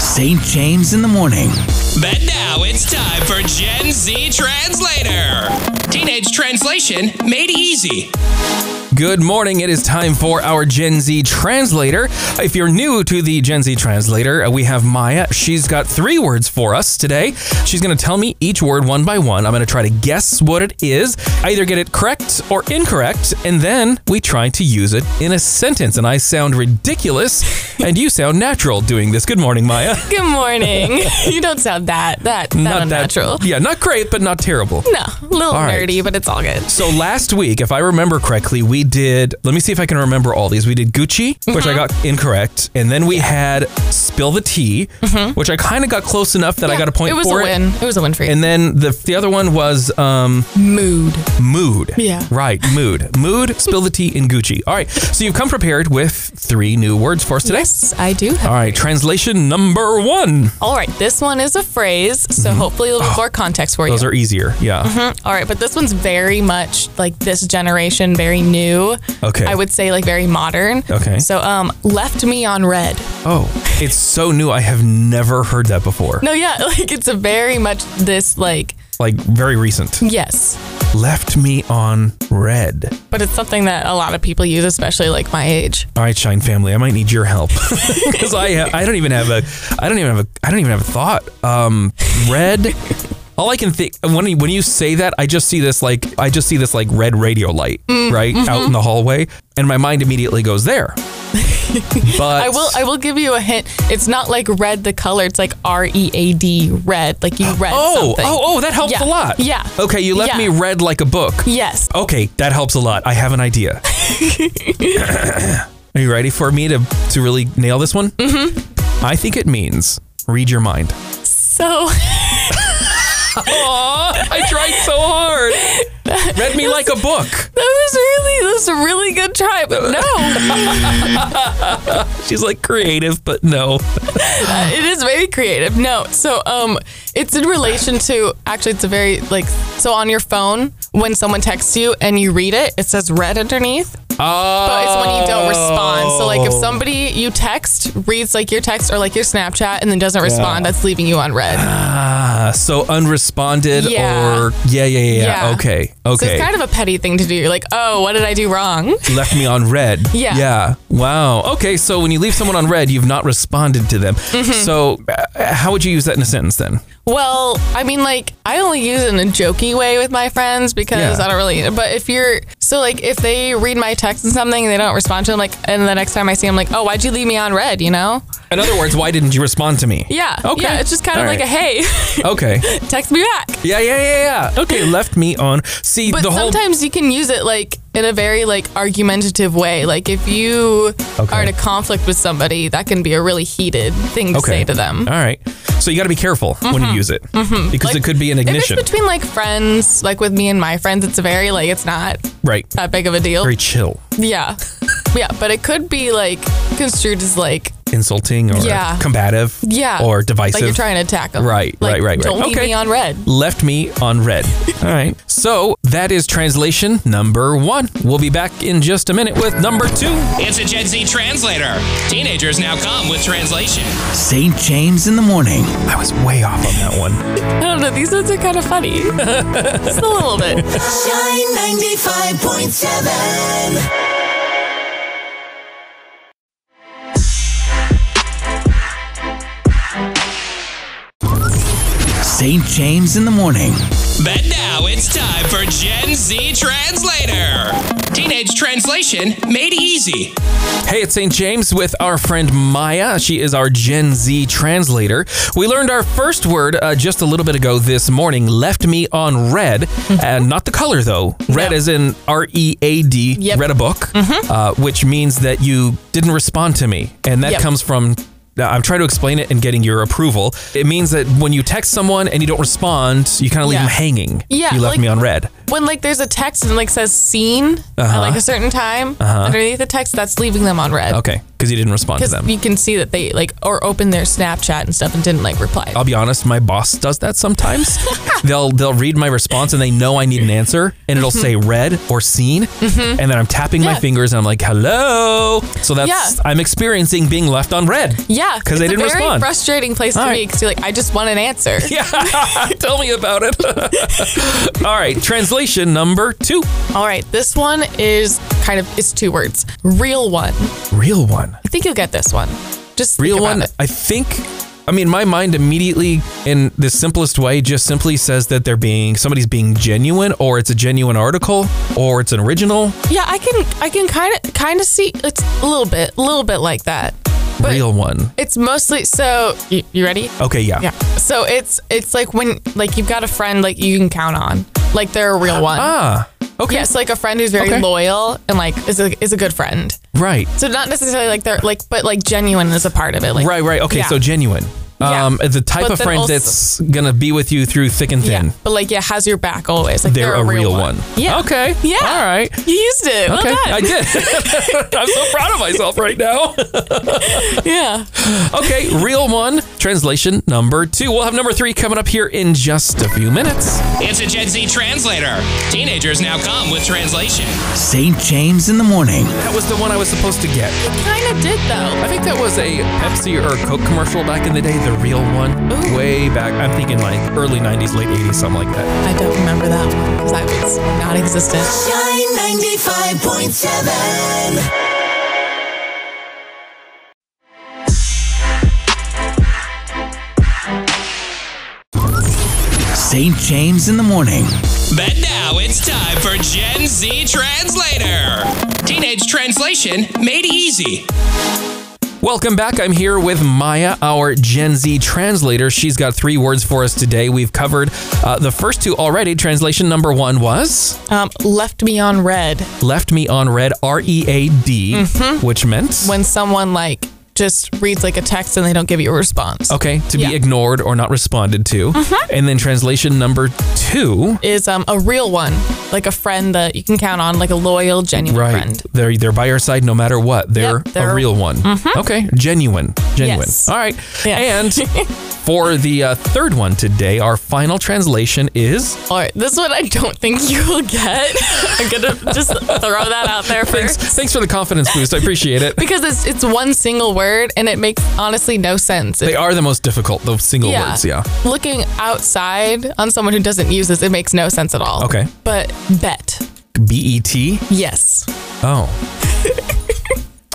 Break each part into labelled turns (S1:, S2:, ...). S1: St. James in the morning.
S2: But now it's time for Gen Z Translator. Teenage translation made easy.
S3: Good morning. It is time for our Gen Z translator. If you're new to the Gen Z translator, uh, we have Maya. She's got three words for us today. She's going to tell me each word one by one. I'm going to try to guess what it is. I either get it correct or incorrect, and then we try to use it in a sentence. And I sound ridiculous, and you sound natural doing this. Good morning, Maya.
S4: Good morning. you don't sound that that that unnatural.
S3: That, yeah, not great, but not terrible.
S4: No, a little
S3: All right.
S4: nerdy, but it's all good.
S3: So last week, if I remember correctly, we did. Let me see if I can remember all these. We did Gucci, which
S4: Mm-hmm.
S3: I got incorrect, and then we had Spill the Tea, which I kind of got close enough that I got a point
S4: Mm-hmm. It was
S3: for
S4: a
S3: it.
S4: win. It was a win for you.
S3: And then the the other one was um,
S4: Mood.
S3: mood.
S4: Yeah.
S3: Right. Mood. Mood. Spill the tea in Gucci. All right. So you've come prepared with three new words for us today.
S4: Yes, I do. Have
S3: All right. Translation number one.
S4: All right, this one is a phrase, so hopefully a little bit more context for
S3: Mm-hmm. Oh,
S4: you. Mm,
S3: Those are easier. Yeah.
S4: All right, but this one's very much like this generation, very new.
S3: Okay.
S4: I would say like very modern.
S3: Okay.
S4: So um left me on red.
S3: Oh, it's so new. I have never heard that before.
S4: No, yeah, like it's a very much this like
S3: Like very recent.
S4: yes.
S3: Left me on red.
S4: But it's something that a lot of people use, especially like my age.
S3: All right, Shine family, I might need your help because I ha- I don't even have a I don't even have a I don't even have a thought. Um, red. All I can think when you, when you say that, I just see this like I just see this like red radio light
S4: Mm,
S3: right
S4: mm-hmm.
S3: out in the hallway, and my mind immediately goes there. But
S4: I will I will give you a hint. It's not like red the color, it's like R E A D red. Like you read
S3: Oh,
S4: something.
S3: oh, oh! That helps
S4: Yeah,
S3: a lot.
S4: yeah,
S3: Okay, you left
S4: yeah.
S3: me red like a book.
S4: Yes.
S3: Okay, that helps a lot. I have an idea. Are you ready for me to, to really nail this one? Mm-hmm. I think it means read your mind.
S4: So
S3: Aw, I tried so hard. Read me like a book.
S4: that was really that's a really good try, but no.
S3: She's like creative, but no.
S4: it is very creative. No. So um it's in relation to actually it's a very like so on your phone when someone texts you and you read it, it says red underneath.
S3: Oh.
S4: But it's when you don't respond. So like if somebody you text reads like your text or like your Snapchat and then doesn't respond, that's leaving you on red.
S3: Ah, so unresponded
S4: Yeah.
S3: or yeah, yeah, yeah, yeah.
S4: Yeah.
S3: Okay,
S4: So
S3: okay.
S4: it's kind of a petty thing to do. You're like, oh, what did I do wrong?
S3: left me on red.
S4: Yeah.
S3: Yeah. Wow. Okay. So when you leave someone on red, you've not responded to them.
S4: Mm-hmm.
S3: So uh, how would you use that in a sentence then?
S4: Well, I mean, like, I only use it in a jokey way with my friends because
S3: Yeah.
S4: I don't really. But if you're so like, if they read my text and something and they don't respond to them, like, and the next time I see them, like, oh, why'd you leave me on red? You know?
S3: In other words, why didn't you respond to me?
S4: Yeah.
S3: Okay.
S4: Yeah. It's just kind of
S3: All
S4: like a
S3: right.
S4: hey,
S3: Okay.
S4: text me back.
S3: Yeah, yeah, yeah, yeah. Okay, left me on. See,
S4: But
S3: the whole
S4: sometimes you can use it like in a very like argumentative way. Like if you
S3: Okay.
S4: are in a conflict with somebody, that can be a really heated thing to say to them. Mm-hmm.
S3: All right. So you got to be careful when you use it because
S4: Like,
S3: it could be an
S4: If it's
S3: ignition.
S4: between like friends, like with me and my friends, it's very like it's not
S3: right.
S4: that big of a deal.
S3: Very chill,
S4: Yeah. Yeah, but it could be like construed as like
S3: insulting or
S4: Yeah.
S3: combative
S4: yeah,
S3: or divisive.
S4: Like you're trying to attack them.
S3: Right,
S4: Like,
S3: right, right, right.
S4: Don't leave
S3: Okay.
S4: me on red.
S3: Left me on red. All right. So that is translation number one. We'll be back in just a minute with number two.
S2: It's a Gen Z Translator. Teenagers now come with translation.
S1: St. James in the morning.
S3: I was way off on that one.
S4: I don't know. These ones are kind of funny. Just a little bit.
S5: Shine 95.7.
S1: St. James in the morning.
S2: But now it's time for Gen Z Translator. Teenage translation made easy.
S3: Hey, it's St. James with our friend Maya. She is our Gen Z translator. We learned our first word uh, just a little bit ago this morning. Left me on red,
S4: Mm-hmm.
S3: and not the color though. Red
S4: No.
S3: as in R E A D.
S4: Yep. Mm-hmm.
S3: Read a book, uh, which means that you didn't respond to me, and that
S4: Yep.
S3: comes from. now, I'm trying to explain it and getting your approval. It means that when you text someone and you don't respond, you kind of leave
S4: Yeah.
S3: them hanging.
S4: Yeah,
S3: you left
S4: like-
S3: me on red.
S4: When like there's a text and like says seen at like a certain time underneath the text, that's leaving them on red.
S3: Uh-huh. Okay, because you didn't respond to them.
S4: Because you can see that they like or open their Snapchat and stuff and didn't like reply.
S3: I'll be honest, my boss does that sometimes. they'll they'll read my response and they know I need an answer, and it'll say read or seen, and then I'm tapping my
S4: Mm-hmm. Yeah.
S3: fingers and I'm like, hello. So that's
S4: Yeah.
S3: I'm experiencing being left on red.
S4: yeah,
S3: because they
S4: it's
S3: didn't
S4: a very
S3: respond.
S4: Frustrating place to
S3: All
S4: be
S3: right.
S4: because you're like, I just want an answer.
S3: yeah, tell me about it. All right, translation number two.
S4: All right, this one is kind of it's two words. Real one.
S3: Real one.
S4: I think you'll get this one. Just think
S3: Real
S4: about
S3: one.
S4: it.
S3: I think. I mean, my mind immediately, in the simplest way, just simply says that they're being somebody's being genuine, or it's a genuine article, or it's an original.
S4: Yeah, I can I can kind of kind of see it's a little bit a little bit like that. But
S3: real one.
S4: It's mostly so you, you ready?
S3: Okay, yeah.
S4: Yeah. So it's it's like when like you've got a friend like you can count on. Like they're a real one.
S3: Ah, okay.
S4: Yes, like a friend who's very
S3: Okay.
S4: loyal and like is a is a good friend.
S3: Right.
S4: So not necessarily like they're like but like genuine is a part of it. Like
S3: Right, right. Okay,
S4: Yeah.
S3: so genuine.
S4: Yeah.
S3: Um, the type
S4: But
S3: of
S4: then
S3: friend
S4: also-
S3: that's gonna be with you through thick and
S4: Yeah.
S3: thin.
S4: But like yeah, has your back always. Like
S3: They're, a real, one.
S4: Yeah.
S3: Okay.
S4: Yeah.
S3: All right.
S4: You used it. Well
S3: Okay.
S4: done.
S3: I did. I'm so proud of myself right now.
S4: Yeah.
S3: okay, real one. Translation number two. We'll have number three coming up here in just a few minutes.
S2: It's a Gen Z translator. Teenagers now come with translation.
S1: St. James in the morning.
S3: That was the one I was supposed to get.
S4: Kind of did though.
S3: I think that was a Pepsi or a Coke commercial back in the day, the real one.
S4: Ooh.
S3: Way back. I'm thinking like early 90s, late 80s, something like that.
S4: I don't remember that one because that was not existent.
S5: Shine 95.7.
S1: St. James in the morning.
S2: But now it's time for Gen Z translator. Teenage translation made easy.
S3: Welcome back. I'm here with Maya, our Gen Z translator. She's got three words for us today. We've covered uh, the first two already. Translation number one was
S4: Um, left me on red
S3: left me on red, R E A D, which meant.
S4: Mm-hmm. when someone like just reads like a text and they don't give you a response.
S3: Okay, to
S4: Yeah. Mm-hmm.
S3: be ignored or not responded to. And then translation number two.
S4: Is um a real one, like a friend that you can count on, like a loyal, genuine
S3: Right.
S4: friend.
S3: They're they're by your side no matter what. They're,
S4: Yep, they're- Mm-hmm.
S3: a real one. Okay. Genuine. Genuine.
S4: Yes.
S3: All right.
S4: Yeah.
S3: And for the uh, third one today, our final translation is
S4: All right, this one I don't think you will get. I'm gonna just throw that out there
S3: thanks
S4: first.
S3: thanks for the confidence boost. I appreciate it.
S4: Because it's it's one single word and it makes honestly no sense.
S3: They are the most difficult, the single words, yeah.
S4: Looking outside on someone who doesn't use this, it makes no sense at all.
S3: Okay.
S4: But bet.
S3: B E T.
S4: Yes.
S3: Oh.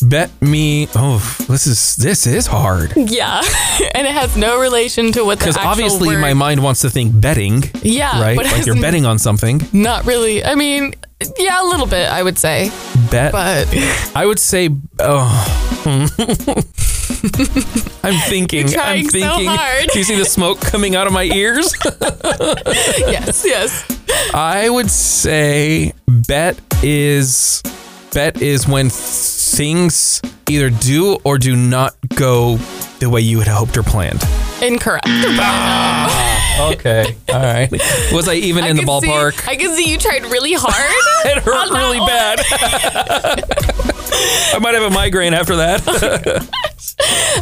S3: Bet me. Oh, this is this is hard.
S4: Yeah. and it has no relation to what the
S3: Because
S4: actual
S3: obviously
S4: word-
S3: my mind wants to think betting.
S4: Yeah,
S3: Right?
S4: but it
S3: Like you're
S4: has
S3: betting on something.
S4: Not really. I mean, yeah, a little bit, I would say.
S3: Bet.
S4: But
S3: I would say, oh. I'm thinking.
S4: You're
S3: I'm
S4: trying so
S3: thinking.
S4: hard.
S3: Do you see the smoke coming out of my ears?
S4: yes, yes.
S3: I would say bet is bet is when things either do or do not go the way you had hoped or planned.
S4: Incorrect.
S3: Okay. All right. Was I even in the
S4: could see-
S3: ballpark?
S4: I can see you tried really hard.
S3: it hurt
S4: on that
S3: really
S4: one.
S3: bad. I might have a migraine after that.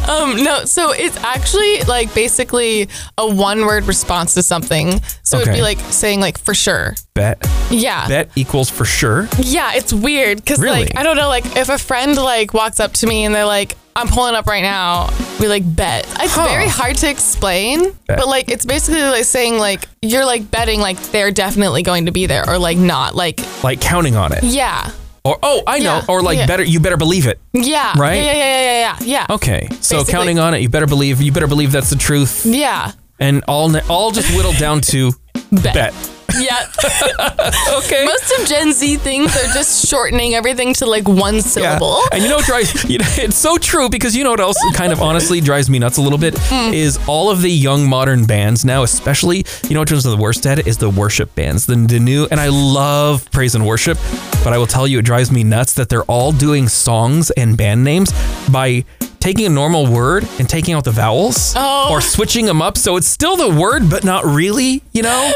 S4: Um, no, so it's actually like basically a one word response to something. So it'd
S3: Okay.
S4: be like saying like for sure.
S3: bet.
S4: Yeah.
S3: Bet equals for sure.
S4: Yeah, it's weird because
S3: Really?
S4: like I don't know, like if a friend like walks up to me and they're like, I'm pulling up right now, we like bet. It's
S3: Huh.
S4: very hard to explain. But like it's basically like saying like you're like betting like they're definitely going to be there or like not. Like
S3: Like counting on it.
S4: yeah.
S3: Or oh, I know.
S4: Yeah,
S3: Or like
S4: yeah.
S3: better, you better believe it.
S4: Yeah.
S3: Right?
S4: Yeah, yeah, yeah, yeah, yeah. Yeah.
S3: Okay, so
S4: Basically.
S3: counting on it, you better believe. You better believe that's the truth,
S4: Yeah.
S3: and all ne- all just whittled down to bet.
S4: Yeah.
S3: Okay.
S4: Most of Gen Z things are just shortening everything to like one
S3: Yeah.
S4: syllable.
S3: And you know what drives you know, it's so true because you know what else kind of honestly drives me nuts a little bit
S4: Hmm.
S3: is all of the young modern bands now, especially you know which ones are the worst at it is the worship bands. The, the new and I love praise and worship, but I will tell you it drives me nuts that they're all doing songs and band names by taking a normal word and taking out the vowels
S4: Oh.
S3: or switching them up so it's still the word but not really, you know?
S4: Yeah.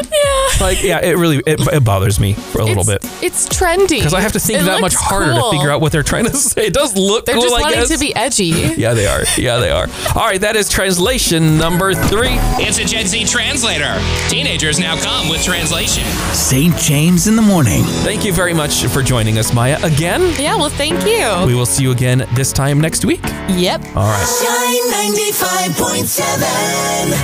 S3: Like yeah, it really it, it bothers me for a little
S4: it's,
S3: bit
S4: It's trendy.
S3: because I have to think
S4: It
S3: that much
S4: looks
S3: harder
S4: cool.
S3: to figure out what they're trying to say. It does look
S4: They're
S3: cool,
S4: just
S3: I
S4: wanting
S3: guess.
S4: to be edgy.
S3: yeah, they are. Yeah, they are. All right, that is translation number three.
S2: It's a Gen Z translator. Teenagers now come with translation.
S1: St. James in the morning.
S3: Thank you very much for joining us, Maya. Again,
S4: Yeah, well, thank you.
S3: we will see you again this time next week.
S4: Yep.
S3: All right.
S5: Shine 95.7.